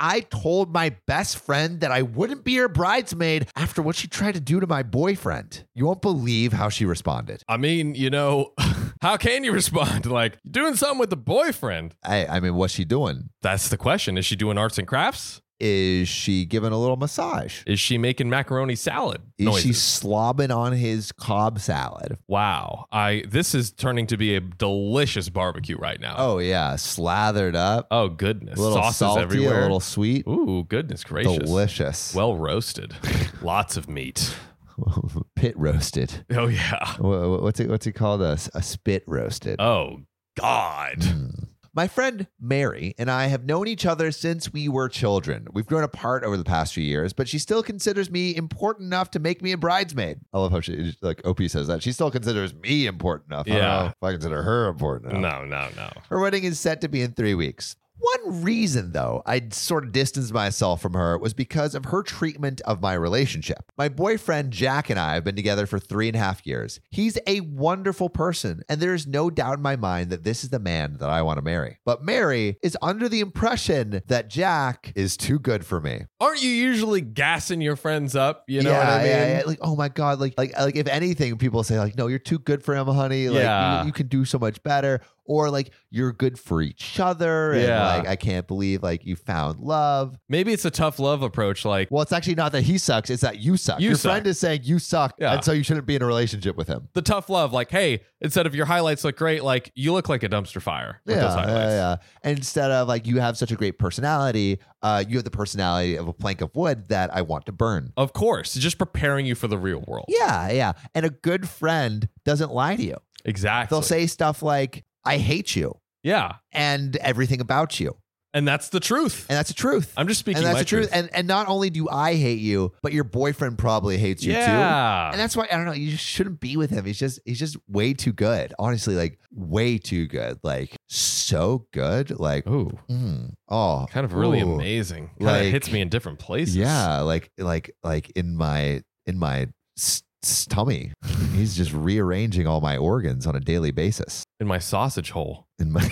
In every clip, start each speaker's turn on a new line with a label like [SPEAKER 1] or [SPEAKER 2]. [SPEAKER 1] I told my best friend that I wouldn't be her bridesmaid after what she tried to do to my boyfriend. You won't believe how she responded.
[SPEAKER 2] I mean, you know, how can you respond? Like, doing something with the boyfriend.
[SPEAKER 1] I, I mean, what's she doing?
[SPEAKER 2] That's the question. Is she doing arts and crafts?
[SPEAKER 1] Is she giving a little massage?
[SPEAKER 2] Is she making macaroni salad?
[SPEAKER 1] Is
[SPEAKER 2] noises?
[SPEAKER 1] she slobbing on his cob salad?
[SPEAKER 2] Wow. I this is turning to be a delicious barbecue right now.
[SPEAKER 1] Oh, yeah. Slathered up.
[SPEAKER 2] Oh, goodness.
[SPEAKER 1] A little
[SPEAKER 2] Sauces
[SPEAKER 1] salty,
[SPEAKER 2] everywhere.
[SPEAKER 1] a little sweet.
[SPEAKER 2] Ooh, goodness gracious.
[SPEAKER 1] Delicious.
[SPEAKER 2] Well roasted. Lots of meat.
[SPEAKER 1] Pit roasted.
[SPEAKER 2] Oh yeah.
[SPEAKER 1] Wha- wha- What's it, what's it called? A, s- a spit roasted.
[SPEAKER 2] Oh God.
[SPEAKER 1] Mm, My friend Mary and I have known each other since we were children. We've grown apart over the past few years, but she still considers me important enough to make me a bridesmaid. I love how she, like Opie says that. She still considers me important enough. I don't
[SPEAKER 2] Yeah.
[SPEAKER 1] know if I consider her important enough.
[SPEAKER 2] No, no, no.
[SPEAKER 1] Her wedding is set to be in three weeks. One reason, though, I sort of distanced myself from her was because of her treatment of my relationship. My boyfriend, Jack, and I have been together for three and a half years. He's a wonderful person, and there is no doubt in my mind that this is the man that I want to marry. But Mary is under the impression that Jack is too good for me.
[SPEAKER 2] Aren't you usually gassing your friends up? You know what I mean?
[SPEAKER 1] yeah. Like, oh my God. Like, like, like if anything, people say, like, no, you're too good for him, honey. Like,
[SPEAKER 2] Yeah.
[SPEAKER 1] you, you can do so much better. Or like, you're good for each other. And
[SPEAKER 2] Yeah.
[SPEAKER 1] like, I can't believe like you found love.
[SPEAKER 2] Maybe it's a tough love approach. Like
[SPEAKER 1] Well, it's actually not that he sucks. It's that you suck.
[SPEAKER 2] You
[SPEAKER 1] Your
[SPEAKER 2] suck.
[SPEAKER 1] friend is saying you suck.
[SPEAKER 2] Yeah.
[SPEAKER 1] And so you shouldn't be in a relationship with him.
[SPEAKER 2] the tough love, like, hey, instead of your highlights look great, like you look like a dumpster fire with those
[SPEAKER 1] Yeah, yeah,
[SPEAKER 2] highlights.
[SPEAKER 1] yeah. And instead of like you have such a great personality, uh, you have the personality of a plank of wood that I want to burn.
[SPEAKER 2] Of course, just preparing you for the real world.
[SPEAKER 1] Yeah, yeah. And a good friend doesn't lie to you.
[SPEAKER 2] exactly.
[SPEAKER 1] They'll say stuff like, I hate you.
[SPEAKER 2] yeah,
[SPEAKER 1] and everything about you.
[SPEAKER 2] and that's the truth.
[SPEAKER 1] And that's the truth.
[SPEAKER 2] I'm just speaking
[SPEAKER 1] and that's
[SPEAKER 2] my
[SPEAKER 1] the truth. And and not only do I hate you, but your boyfriend probably hates you too.
[SPEAKER 2] yeah,
[SPEAKER 1] And that's why I don't know, you just shouldn't be with him. He's just he's just way too good. Honestly, like way too good. Like so good. Like
[SPEAKER 2] ooh,
[SPEAKER 1] mm, oh
[SPEAKER 2] kind of really
[SPEAKER 1] ooh.
[SPEAKER 2] amazing. Kind
[SPEAKER 1] Like-
[SPEAKER 2] of hits me in different places.
[SPEAKER 1] Yeah, like like like in my in my s- s- tummy. He's just rearranging all my organs on a daily basis.
[SPEAKER 2] in my sausage hole.
[SPEAKER 1] In my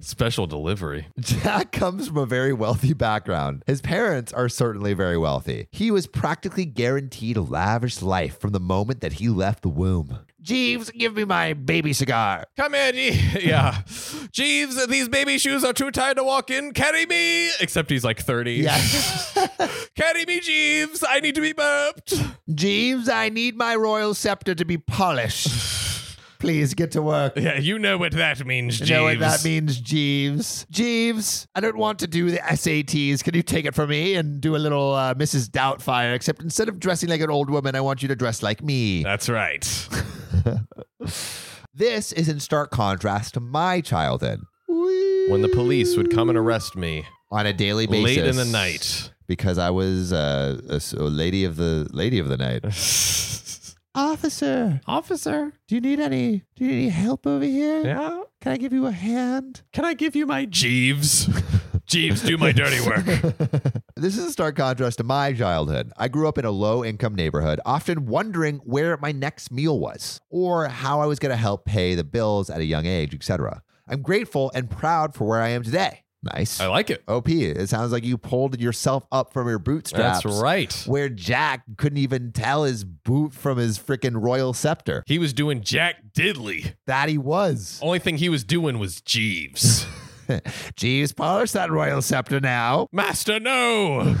[SPEAKER 2] Special delivery.
[SPEAKER 1] Jack comes from a very wealthy background. His parents are certainly very wealthy. He was practically guaranteed a lavish life from the moment that he left the womb. Jeeves, give me my baby cigar.
[SPEAKER 2] Come here, Jeeves. yeah. Jeeves, these baby shoes are too tight to walk in. Carry me. Except he's like 30.
[SPEAKER 1] Yes.
[SPEAKER 2] Carry me, Jeeves. I need to be burped.
[SPEAKER 1] Jeeves, I need my royal scepter to be polished. Please get to work.
[SPEAKER 2] Yeah, you know what that means,
[SPEAKER 1] You
[SPEAKER 2] Jeeves.
[SPEAKER 1] know what that means, Jeeves. Jeeves, I don't want to do the SATs. Can you take it from me and do a little uh, Mrs. Doubtfire? Except instead of dressing like an old woman, I want you to dress like me.
[SPEAKER 2] That's right.
[SPEAKER 1] This is in stark contrast to my childhood.
[SPEAKER 2] When the police would come and arrest me
[SPEAKER 1] on a daily basis,
[SPEAKER 2] late in the night.
[SPEAKER 1] because I was uh, a s- a lady of the lady of the night. Officer,
[SPEAKER 2] Officer?
[SPEAKER 1] do you need any? Do you need any help over here?
[SPEAKER 2] Yeah.
[SPEAKER 1] Can I give you a hand?
[SPEAKER 2] Can I give you my Jeeves? Jeeves, do my dirty work.
[SPEAKER 1] This is a stark contrast to my childhood. I grew up in a low income neighborhood, often wondering where my next meal was or how I was going to help pay the bills at a young age, etc. I'm grateful and proud for where I am today. Nice.
[SPEAKER 2] I like it.
[SPEAKER 1] OP, it sounds like you pulled yourself up from your bootstraps.
[SPEAKER 2] That's right.
[SPEAKER 1] Where Jack couldn't even tell his boot from his freaking royal scepter.
[SPEAKER 2] He was doing Jack Diddley.
[SPEAKER 1] That he was.
[SPEAKER 2] Only thing he was doing was Jeeves.
[SPEAKER 1] Jeeves, polish that royal scepter now.
[SPEAKER 2] Master, no!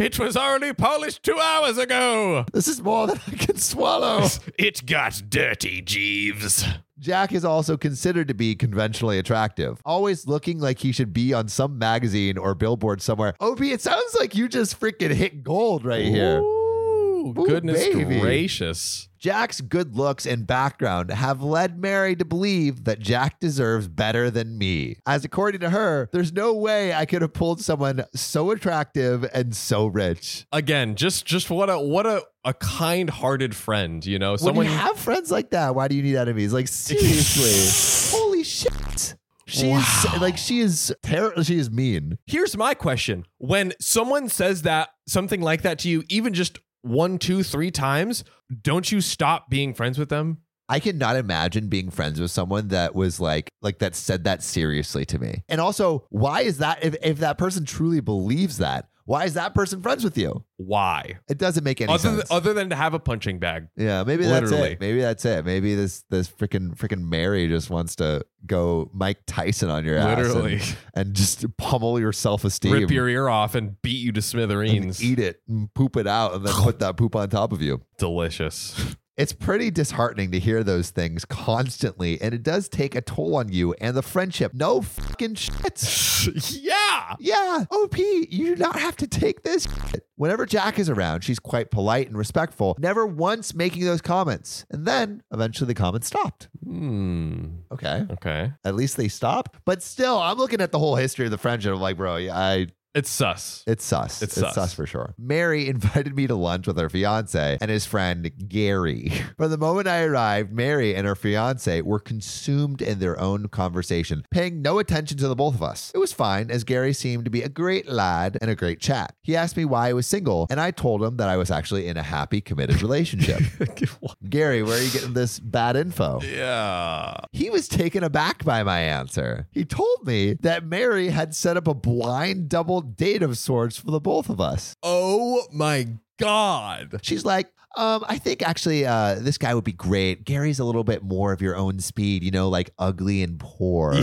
[SPEAKER 2] it was already polished two hours ago!
[SPEAKER 1] This is more than I can swallow.
[SPEAKER 2] It got dirty, Jeeves.
[SPEAKER 1] Jack is also considered to be conventionally attractive, always looking like he should be on some magazine or billboard somewhere. OP, it sounds like you just freaking hit gold right here.
[SPEAKER 2] Ooh,
[SPEAKER 1] Ooh,
[SPEAKER 2] goodness
[SPEAKER 1] baby.
[SPEAKER 2] gracious.
[SPEAKER 1] Jack's good looks and background have led Mary to believe that Jack deserves better than me. As according to her, there's no way I could have pulled someone so attractive and so rich.
[SPEAKER 2] Again, just just what a what a, a kind-hearted friend, you know?
[SPEAKER 1] Someone
[SPEAKER 2] Someone
[SPEAKER 1] when you have friends like that, why do you need enemies? Like seriously, holy shit! She's
[SPEAKER 2] Wow.
[SPEAKER 1] like she is terrible. She is mean.
[SPEAKER 2] Here's my question. When someone says that something like that to you, even just one, two, three times, don't you stop being friends with them?
[SPEAKER 1] I cannot imagine being friends with someone that was like like that said that seriously to me. And also, why is that if, if that person truly believes that, why is that person friends with you?
[SPEAKER 2] Why?
[SPEAKER 1] It doesn't make any
[SPEAKER 2] Other than,
[SPEAKER 1] sense.
[SPEAKER 2] other than to have a punching bag.
[SPEAKER 1] yeah, maybe that's
[SPEAKER 2] Literally.
[SPEAKER 1] it. Maybe that's it. Maybe this this freaking freaking Mary just wants to go Mike Tyson on your ass and-
[SPEAKER 2] Literally.
[SPEAKER 1] and, just pummel your self esteem.
[SPEAKER 2] Rip your ear off and beat you to
[SPEAKER 1] and
[SPEAKER 2] smithereens.
[SPEAKER 1] eat it and poop it out and then put that poop on top of you.
[SPEAKER 2] Delicious.
[SPEAKER 1] It's pretty disheartening to hear those things constantly, and it does take a toll on you and the friendship. No fucking shit.
[SPEAKER 2] yeah.
[SPEAKER 1] Yeah, OP, you do not have to take this. shit. Whenever Jack is around, she's quite polite and respectful, never once making those comments. And then eventually the comments stopped.
[SPEAKER 2] Hmm.
[SPEAKER 1] Okay,
[SPEAKER 2] Okay.
[SPEAKER 1] at least they stopped. But still, I'm looking at the whole history of the friendship. I'm like, bro, yeah, I
[SPEAKER 2] It's sus.
[SPEAKER 1] It's sus.
[SPEAKER 2] It's
[SPEAKER 1] sus.
[SPEAKER 2] sus.
[SPEAKER 1] for sure. Mary invited me to lunch with her fiance and his friend Gary. From the moment I arrived, Mary and her fiance were consumed in their own conversation, paying no attention to the both of us. It was fine, as Gary seemed to be a great lad and a great chap. He asked me why I was single, and I told him that I was actually in a happy, committed relationship. Gary, where are you getting this bad info?
[SPEAKER 2] yeah.
[SPEAKER 1] He was taken aback by my answer. He told me that Mary had set up a blind double date of sorts for the both of us.
[SPEAKER 2] Oh my god.
[SPEAKER 1] She's like, um, I think actually uh, this guy would be great. Gary's a little bit more of your own speed, you know, like ugly and poor.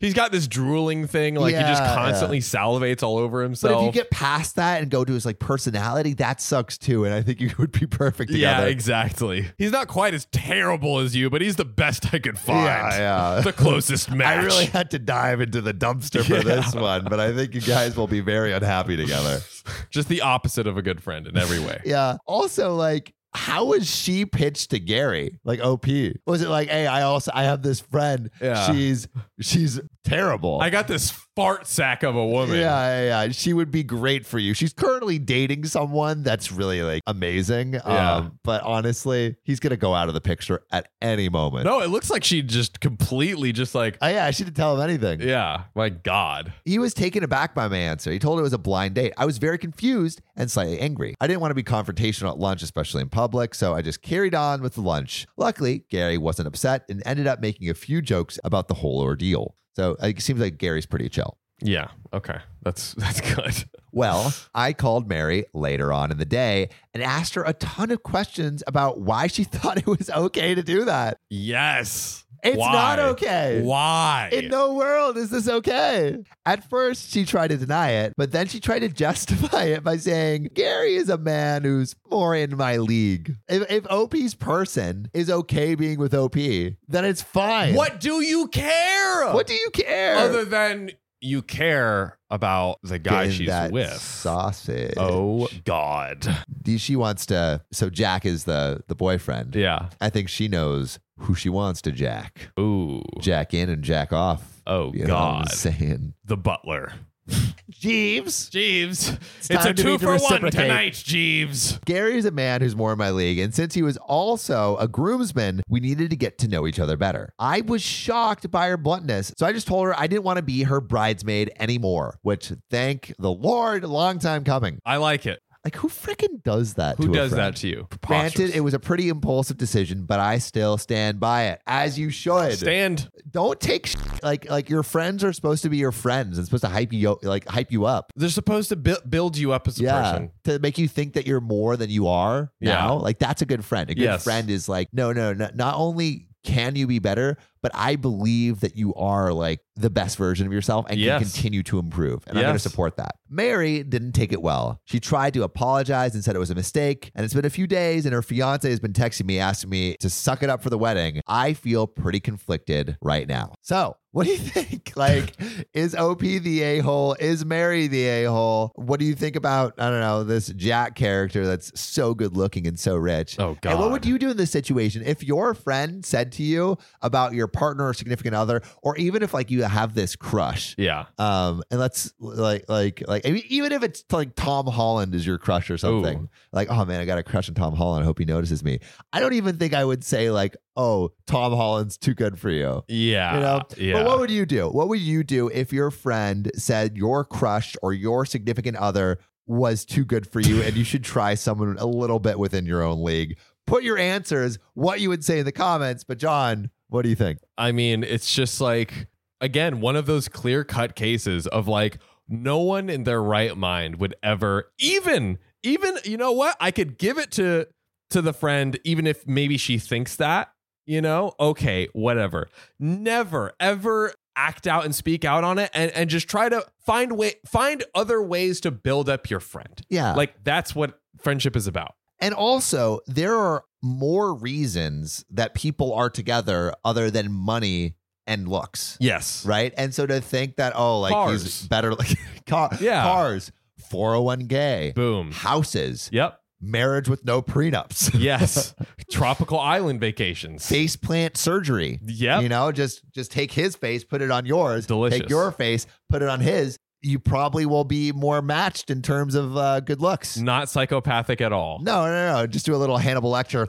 [SPEAKER 2] He's got this drooling thing, like he
[SPEAKER 1] Yeah,
[SPEAKER 2] just
[SPEAKER 1] yeah.
[SPEAKER 2] constantly salivates all over
[SPEAKER 1] But
[SPEAKER 2] himself.
[SPEAKER 1] if you get past that and go to his like personality, that sucks too. And I think you would be perfect
[SPEAKER 2] yeah,
[SPEAKER 1] together.
[SPEAKER 2] exactly. He's not quite as terrible as you, but he's the best I could find.
[SPEAKER 1] Yeah, yeah.
[SPEAKER 2] The closest match.
[SPEAKER 1] I really had to dive into the dumpster for
[SPEAKER 2] Yeah.
[SPEAKER 1] this one, but I think you guys will be very unhappy together.
[SPEAKER 2] Just the opposite of a good friend in every way.
[SPEAKER 1] Yeah. Also, like, how was she pitched to Gary? Like OP. Was it like, hey, I also I have this friend.
[SPEAKER 2] Yeah.
[SPEAKER 1] She's she's terrible.
[SPEAKER 2] I got this fart sack of a woman.
[SPEAKER 1] Yeah, yeah, yeah. She would be great for you. She's currently dating someone that's really like amazing.
[SPEAKER 2] Yeah.
[SPEAKER 1] Um, but honestly, he's gonna go out of the picture at any moment.
[SPEAKER 2] No, it looks like she just completely just like
[SPEAKER 1] Oh, yeah, she didn't tell him anything.
[SPEAKER 2] yeah, my god.
[SPEAKER 1] He was taken aback by my answer. He told it was a blind date. I was very confused and slightly angry. I didn't want to be confrontational at lunch, especially in public, so I just carried on with the lunch. Luckily, Gary wasn't upset and ended up making a few jokes about the whole ordeal. So it seems like Gary's pretty chill.
[SPEAKER 2] Yeah. Okay. That's that's good.
[SPEAKER 1] Well, I called Mary later on in the day and asked her a ton of questions about why she thought it was okay to do that.
[SPEAKER 2] Yes.
[SPEAKER 1] It's
[SPEAKER 2] Why?
[SPEAKER 1] not okay.
[SPEAKER 2] Why?
[SPEAKER 1] In no world is this okay. At first, she tried to deny it, but then she tried to justify it by saying, Gary is a man who's more in my league. If, if OP's person is okay being with OP, then it's fine.
[SPEAKER 2] What do you care?
[SPEAKER 1] What do you care?
[SPEAKER 2] other than you care about the guy
[SPEAKER 1] Getting
[SPEAKER 2] she's
[SPEAKER 1] that
[SPEAKER 2] with?
[SPEAKER 1] Sausage.
[SPEAKER 2] Oh God.
[SPEAKER 1] Do- She wants to. So Jack is the, the boyfriend.
[SPEAKER 2] Yeah.
[SPEAKER 1] I think she knows who she wants to jack.
[SPEAKER 2] Ooh.
[SPEAKER 1] Jack in and jack off.
[SPEAKER 2] Oh
[SPEAKER 1] You know what I'm
[SPEAKER 2] God.
[SPEAKER 1] saying?
[SPEAKER 2] The butler.
[SPEAKER 1] Jeeves.
[SPEAKER 2] Jeeves. It's,
[SPEAKER 1] time to me
[SPEAKER 2] a
[SPEAKER 1] to
[SPEAKER 2] two for one
[SPEAKER 1] reciprocate.
[SPEAKER 2] tonight, Jeeves.
[SPEAKER 1] Gary is a man who's more in my league, and since he was also a groomsman, we needed to get to know each other better. I was shocked by her bluntness, so I just told her I didn't want to be her bridesmaid anymore, which thank the Lord, long time coming.
[SPEAKER 2] I like it.
[SPEAKER 1] Like, who freaking does that
[SPEAKER 2] Who
[SPEAKER 1] to a
[SPEAKER 2] does
[SPEAKER 1] friend?
[SPEAKER 2] that to you?
[SPEAKER 1] Granted, it was a pretty impulsive decision, but I still stand by it, as you should.
[SPEAKER 2] Stand.
[SPEAKER 1] Don't take sh- like like your friends are supposed to be your friends and supposed to hype you like hype you up.
[SPEAKER 2] They're supposed to bu- build you up as a person.
[SPEAKER 1] To make you think that you're more than you are
[SPEAKER 2] Yeah.
[SPEAKER 1] now. Like that's a good friend. A good
[SPEAKER 2] Yes.
[SPEAKER 1] friend is like, no, no, no, not only can you be better, but I believe that you are like the best version of yourself and
[SPEAKER 2] Yes.
[SPEAKER 1] can continue to improve. And I'm going to
[SPEAKER 2] Yes.
[SPEAKER 1] support that. Mary didn't take it well. She tried to apologize and said it was a mistake. And it's been a few days, and her fiance has been texting me, asking me to suck it up for the wedding. I feel pretty conflicted right now. So, what do you think? Like, is OP the a hole? Is Mary the a hole? What do you think about, I don't know, this Jack character that's so good looking and so rich?
[SPEAKER 2] Oh God.
[SPEAKER 1] And what would you do in this situation if your friend said to you about your partner or significant other, or even if like you have this crush?
[SPEAKER 2] Yeah.
[SPEAKER 1] Um, and let's like like like I mean, even if it's like Tom Holland is your crush or something,
[SPEAKER 2] Ooh.
[SPEAKER 1] like oh man, I got a crush on Tom Holland. I hope he notices me. I don't even think I would say like oh Tom Holland's too good for you.
[SPEAKER 2] Yeah.
[SPEAKER 1] You know,
[SPEAKER 2] Yeah.
[SPEAKER 1] But what would you do? What would you do if your friend said your crush or your significant other was too good for you and you should try someone a little bit within your own league, Put your answers, what you would say in the comments. But John, what do you think?
[SPEAKER 3] I mean, it's just like, again, one of those clear cut cases of like, no one in their right mind would ever, even, even, you know what? I could give it to, to the friend, even if maybe she thinks that, you know, okay, whatever. Never, ever act out and speak out on it and, and just try to find way find other ways to build up your friend.
[SPEAKER 1] Yeah.
[SPEAKER 3] Like that's what friendship is about.
[SPEAKER 1] And also, there are more reasons that people are together other than money and looks,
[SPEAKER 3] Yes.
[SPEAKER 1] right? And so to think that oh, like he's
[SPEAKER 3] Cars.
[SPEAKER 1] better, like car,
[SPEAKER 3] Yeah.
[SPEAKER 1] cars, four hundred one k,
[SPEAKER 3] Boom.
[SPEAKER 1] houses,
[SPEAKER 3] Yep.
[SPEAKER 1] marriage with no prenups,
[SPEAKER 3] Yes. Tropical island vacations.
[SPEAKER 1] face plant surgery.
[SPEAKER 3] Yep.
[SPEAKER 1] You know, just just take his face, put it on yours. Take
[SPEAKER 3] Delicious.
[SPEAKER 1] your face, put it on his. You probably will be more matched in terms of uh, good looks.
[SPEAKER 3] Not psychopathic at all.
[SPEAKER 1] No, no, no. Just do a little Hannibal Lecter.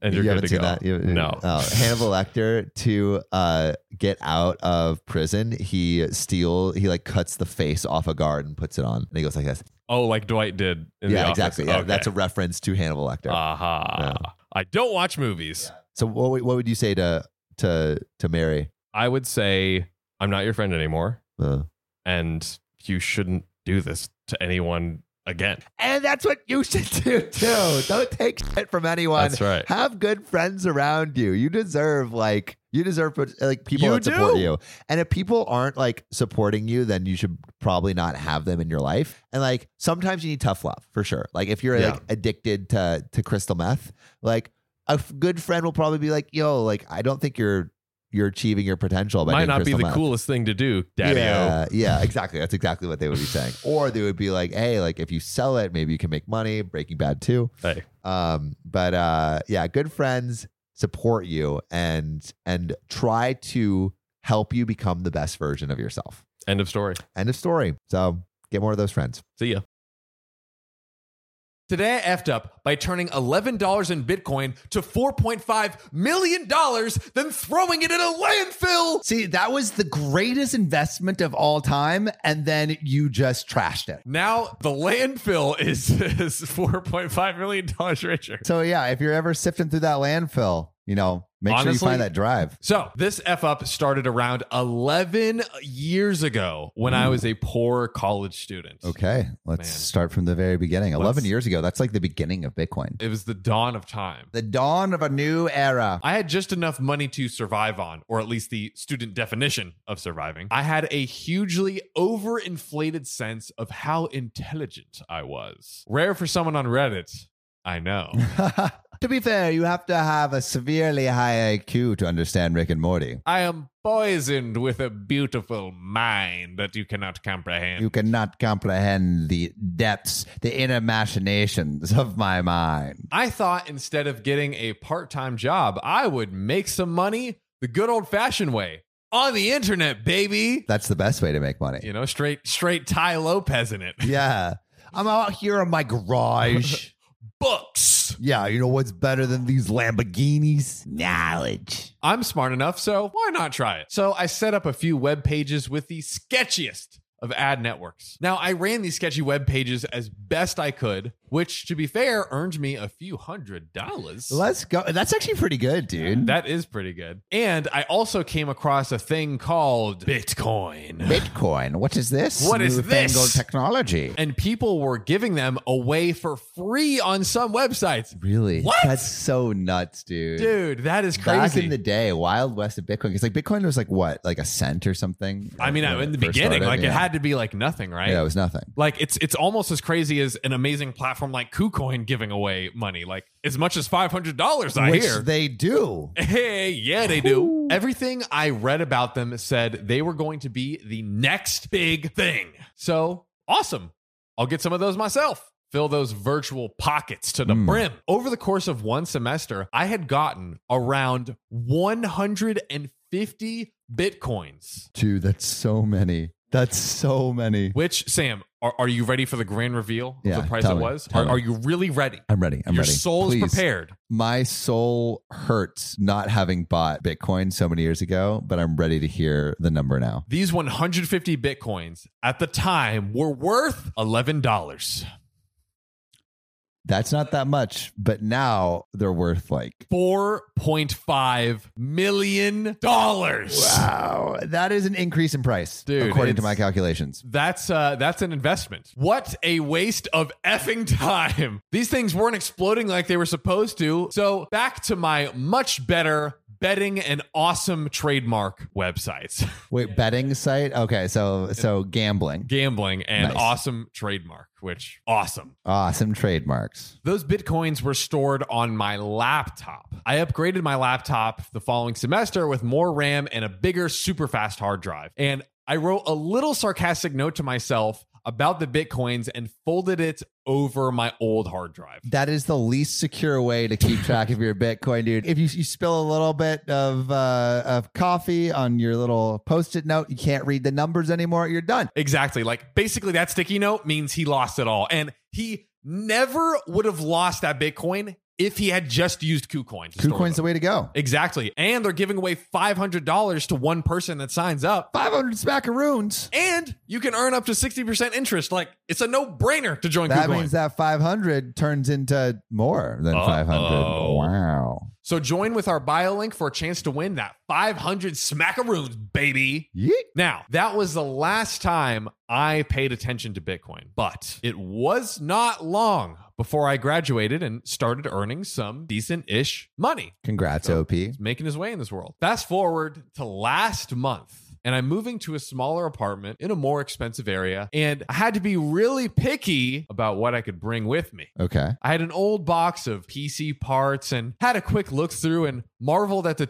[SPEAKER 3] And you're
[SPEAKER 1] you
[SPEAKER 3] good
[SPEAKER 1] haven't
[SPEAKER 3] to
[SPEAKER 1] seen
[SPEAKER 3] go.
[SPEAKER 1] that. You- you-
[SPEAKER 3] no.
[SPEAKER 1] Oh, Hannibal Lecter to uh, get out of prison, he steal he like cuts the face off a guard and puts it on, and he goes like this.
[SPEAKER 3] Oh, like Dwight did in the
[SPEAKER 1] yeah,
[SPEAKER 3] office.
[SPEAKER 1] exactly. Yeah,
[SPEAKER 3] Okay. Uh,
[SPEAKER 1] that's a reference to Hannibal Lecter.
[SPEAKER 3] Aha.
[SPEAKER 1] Yeah.
[SPEAKER 3] I don't watch movies.
[SPEAKER 1] so what would- what would you say to to to Mary?
[SPEAKER 3] I would say I'm not your friend anymore,
[SPEAKER 1] Uh,
[SPEAKER 3] and you shouldn't do this to anyone again.
[SPEAKER 1] and that's what you should do too. Don't take shit from anyone.
[SPEAKER 3] That's right.
[SPEAKER 1] Have good friends around you. You deserve like you deserve like people
[SPEAKER 3] You
[SPEAKER 1] that support
[SPEAKER 3] do.
[SPEAKER 1] you. And if people aren't like supporting you, then you should probably not have them in your life. And like sometimes you need tough love for sure. Like if you're
[SPEAKER 3] Yeah.
[SPEAKER 1] like addicted to to crystal meth, like a f- good friend will probably be like, "Yo, like I don't think you're you're achieving your potential." By
[SPEAKER 3] Might
[SPEAKER 1] doing
[SPEAKER 3] not be
[SPEAKER 1] crystal
[SPEAKER 3] the
[SPEAKER 1] meth."
[SPEAKER 3] coolest thing to do, Daddy.
[SPEAKER 1] Yeah, yeah, exactly. That's exactly what they would be saying. Or they would be like, "Hey, like if you sell it, maybe you can make money." Breaking Bad too.
[SPEAKER 3] Hey.
[SPEAKER 1] Um, but uh, yeah, good friends support you and and try to help you become the best version of yourself.
[SPEAKER 3] End of story.
[SPEAKER 1] End of story. So get more of those friends.
[SPEAKER 3] See ya.
[SPEAKER 2] Today I effed up by turning $11 in Bitcoin to $4.5 million, then throwing it in a landfill.
[SPEAKER 4] See, that was the greatest investment of all time, and then you just trashed it.
[SPEAKER 2] Now the landfill is, is $4.5 million richer.
[SPEAKER 4] So yeah, if you're ever sifting through that landfill, you know, make sure
[SPEAKER 3] Honestly-
[SPEAKER 4] you find that drive.
[SPEAKER 2] So this F up started around 11 years ago when I was a poor college student.
[SPEAKER 4] Okay, let's
[SPEAKER 2] Man.
[SPEAKER 4] start from the very beginning. 11
[SPEAKER 2] Let's-
[SPEAKER 4] years ago, that's like the beginning of Bitcoin.
[SPEAKER 2] It was the dawn of time.
[SPEAKER 4] The dawn of a new era.
[SPEAKER 2] I had just enough money to survive on, or at least the student definition of surviving. I had a hugely overinflated sense of how intelligent I was. Rare for someone on Reddit, I know.
[SPEAKER 4] to be fair, you have to have a severely high IQ to understand Rick and Morty.
[SPEAKER 2] I am poisoned with a beautiful mind that you cannot comprehend.
[SPEAKER 4] You cannot comprehend the depths, the inner machinations of my mind.
[SPEAKER 2] I thought instead of getting a part time job, I would make some money the good old fashioned way on the internet, baby.
[SPEAKER 4] That's the best way to make money.
[SPEAKER 2] You know, straight, straight Ty Lopez in it.
[SPEAKER 4] Yeah. I'm out here in my garage.
[SPEAKER 2] Books.
[SPEAKER 4] yeah, you know what's better than these Lamborghinis? Knowledge.
[SPEAKER 2] I'm smart enough, so why not try it? So I set up a few web pages with the sketchiest of ad networks. Now, I ran these sketchy web pages as best I could, which, to be fair, earned me a few hundred dollars.
[SPEAKER 4] Let's go. That's actually pretty good, dude.
[SPEAKER 2] That is pretty good. And I also came across a thing called Bitcoin.
[SPEAKER 4] Bitcoin. What is this?
[SPEAKER 2] What is
[SPEAKER 4] Newfangled
[SPEAKER 2] this?
[SPEAKER 4] technology.
[SPEAKER 2] And people were giving them away for free on some websites.
[SPEAKER 4] Really?
[SPEAKER 2] What?
[SPEAKER 4] That's so nuts, dude.
[SPEAKER 2] Dude, that is crazy.
[SPEAKER 4] Back in the day, Wild West of Bitcoin, because like Bitcoin was like what, like a cent or something.
[SPEAKER 2] I mean,
[SPEAKER 4] When
[SPEAKER 2] in the
[SPEAKER 4] it first
[SPEAKER 2] beginning,
[SPEAKER 4] started,
[SPEAKER 2] like
[SPEAKER 4] yeah.
[SPEAKER 2] it had to be like nothing, right?
[SPEAKER 4] yeah, it was nothing.
[SPEAKER 2] like it's it's almost as crazy as an amazing platform like KuCoin giving away money, like as much as five hundred dollars. I
[SPEAKER 4] Which
[SPEAKER 2] hear.
[SPEAKER 4] they do.
[SPEAKER 2] hey, yeah, they do. Everything I read about them said they were going to be the next big thing. So awesome! I'll get some of those myself. Fill those virtual pockets to the
[SPEAKER 4] Mm.
[SPEAKER 2] brim. Over the course of one semester, I had gotten around one hundred and fifty bitcoins.
[SPEAKER 4] Dude, that's so many. That's so many.
[SPEAKER 2] Which Sam, are, are you ready for the grand reveal of
[SPEAKER 4] Yeah,
[SPEAKER 2] the prize
[SPEAKER 4] tell
[SPEAKER 2] it
[SPEAKER 4] me,
[SPEAKER 2] was?
[SPEAKER 4] tell
[SPEAKER 2] Are,
[SPEAKER 4] me.
[SPEAKER 2] are you really ready?
[SPEAKER 4] I'm ready. I'm
[SPEAKER 2] Your
[SPEAKER 4] ready.
[SPEAKER 2] soul's
[SPEAKER 4] Please.
[SPEAKER 2] prepared.
[SPEAKER 4] My soul hurts not having bought Bitcoin so many years ago, but I'm ready to hear the number now.
[SPEAKER 2] These 150 bitcoins at the time were worth eleven dollars.
[SPEAKER 1] That's not that much, but now they're worth like
[SPEAKER 2] $4.5 million.
[SPEAKER 1] wow. That is an increase in price,
[SPEAKER 2] Dude,
[SPEAKER 1] according to
[SPEAKER 2] it's-
[SPEAKER 1] my calculations.
[SPEAKER 2] That's uh, that's an investment. What a waste of effing time! These things weren't exploding like they were supposed to. So back to my much better betting and awesome trademark websites,
[SPEAKER 1] Wait, betting site? Okay, so so gambling.
[SPEAKER 2] gambling and
[SPEAKER 1] Nice.
[SPEAKER 2] awesome trademark, which awesome.
[SPEAKER 1] Awesome trademarks.
[SPEAKER 2] Those bitcoins were stored on my laptop. I upgraded my laptop the following semester with more RAM and a bigger, super fast hard drive. And I wrote a little sarcastic note to myself about the bitcoins and folded it over my old hard drive.
[SPEAKER 1] That is the least secure way to keep track of your Bitcoin, dude. If you, you spill a little bit of uh, of coffee on your little post-it note, you can't read the numbers anymore. You're done.
[SPEAKER 2] Exactly. Like basically that sticky note means he lost it all. And he never would have lost that bitcoin if he had just used KuCoin. to store
[SPEAKER 1] KuCoin's the
[SPEAKER 2] them.
[SPEAKER 1] way to go.
[SPEAKER 2] Exactly. And they're giving away $500 to one person that signs up.
[SPEAKER 1] 500 smackaroons.
[SPEAKER 2] and you can earn up to 60% interest. Like it's a no-brainer to join
[SPEAKER 1] That
[SPEAKER 2] KuCoin.
[SPEAKER 1] means that 500 turns into more than 500.
[SPEAKER 2] Uh-oh.
[SPEAKER 1] Wow.
[SPEAKER 2] so join with our bio link for a chance to win that 500 smackaroons, baby.
[SPEAKER 1] Yeet.
[SPEAKER 2] Now, that was the last time I paid attention to Bitcoin, but it was not long before I graduated and started earning some decent-ish money.
[SPEAKER 1] Congrats, OP.
[SPEAKER 2] He's making his way in this world. Fast forward to last month. And I'm moving to a smaller apartment in a more expensive area. And I had to be really picky about what I could bring with me.
[SPEAKER 1] Okay.
[SPEAKER 2] I had an old box of PC parts and had a quick look through and marveled at the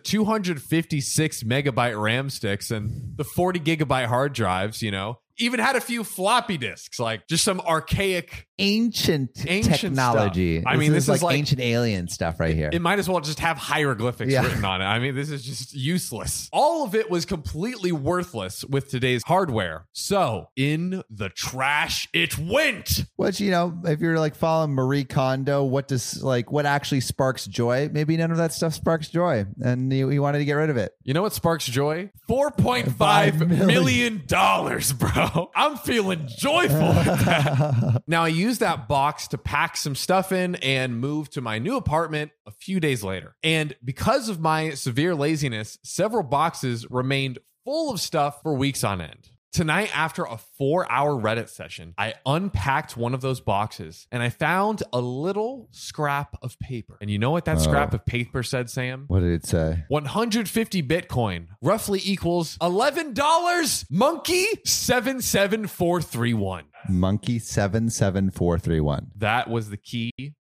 [SPEAKER 2] 256 megabyte RAM sticks and the 40 gigabyte hard drives, you know. Even had a few floppy disks, like just some archaic.
[SPEAKER 1] Ancient,
[SPEAKER 2] Ancient
[SPEAKER 1] technology.
[SPEAKER 2] stuff. I mean, this is like-
[SPEAKER 1] ancient alien stuff right here.
[SPEAKER 2] It might as well just have hieroglyphics
[SPEAKER 1] Yeah.
[SPEAKER 2] written on it. I mean, this is just useless. All of it was completely worthless with today's hardware. So in the trash it went.
[SPEAKER 1] Which, you know, if you're like following Marie Kondo, what does like what actually sparks joy? Maybe none of that stuff sparks joy. And he, he wanted to get rid of it.
[SPEAKER 2] You know what sparks joy? $4.5 million, bro. I'm feeling joyful. at that. now, I used that box to pack some stuff in and move to my new apartment a few days later. And because of my severe laziness, several boxes remained full of stuff for weeks on end. Tonight, after a four hour Reddit session, I unpacked one of those boxes and I found a little scrap of paper. And you know what that
[SPEAKER 1] Oh.
[SPEAKER 2] scrap of paper said, Sam?
[SPEAKER 1] What did it say?
[SPEAKER 2] 150 Bitcoin roughly equals $11 monkey 77431.
[SPEAKER 1] Monkey 77431.
[SPEAKER 2] That was the key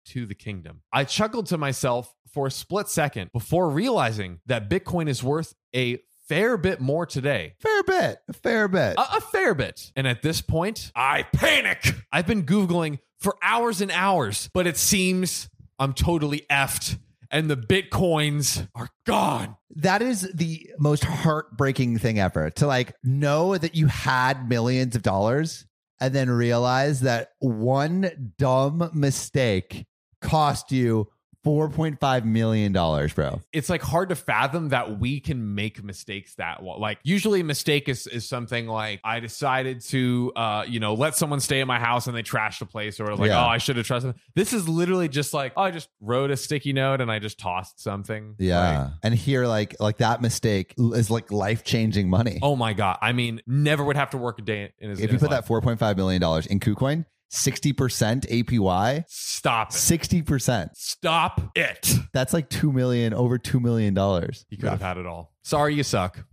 [SPEAKER 2] to the kingdom. I chuckled to myself for a split second before realizing that Bitcoin is worth a fair bit more today.
[SPEAKER 1] Fair bit. Fair bit.
[SPEAKER 2] A, a fair bit. And at this point, I panic. I've been Googling for hours and hours, but it seems I'm totally effed and the Bitcoins are gone.
[SPEAKER 1] That is the most heartbreaking thing ever to like know that you had millions of dollars and then realize that one dumb mistake cost you $4.5 million, bro.
[SPEAKER 2] it's like hard to fathom that we can make mistakes that wa- like usually a mistake is, is something like i decided to uh you know let someone stay in my house and they trashed the place or like
[SPEAKER 1] Yeah.
[SPEAKER 2] oh i should have trusted them. this is literally just like oh, i just wrote a sticky note and i just tossed something
[SPEAKER 1] Yeah.
[SPEAKER 2] Like,
[SPEAKER 1] and here, like, like that mistake is like life changing money.
[SPEAKER 2] oh my god i mean never would have to work a day in his
[SPEAKER 1] if you put that $4.5 million in KuCoin, 60% APY,
[SPEAKER 2] stop it
[SPEAKER 1] 60%.
[SPEAKER 2] stop it
[SPEAKER 1] That's like 2 million, over $2 million.
[SPEAKER 2] you could have had it all sorry you suck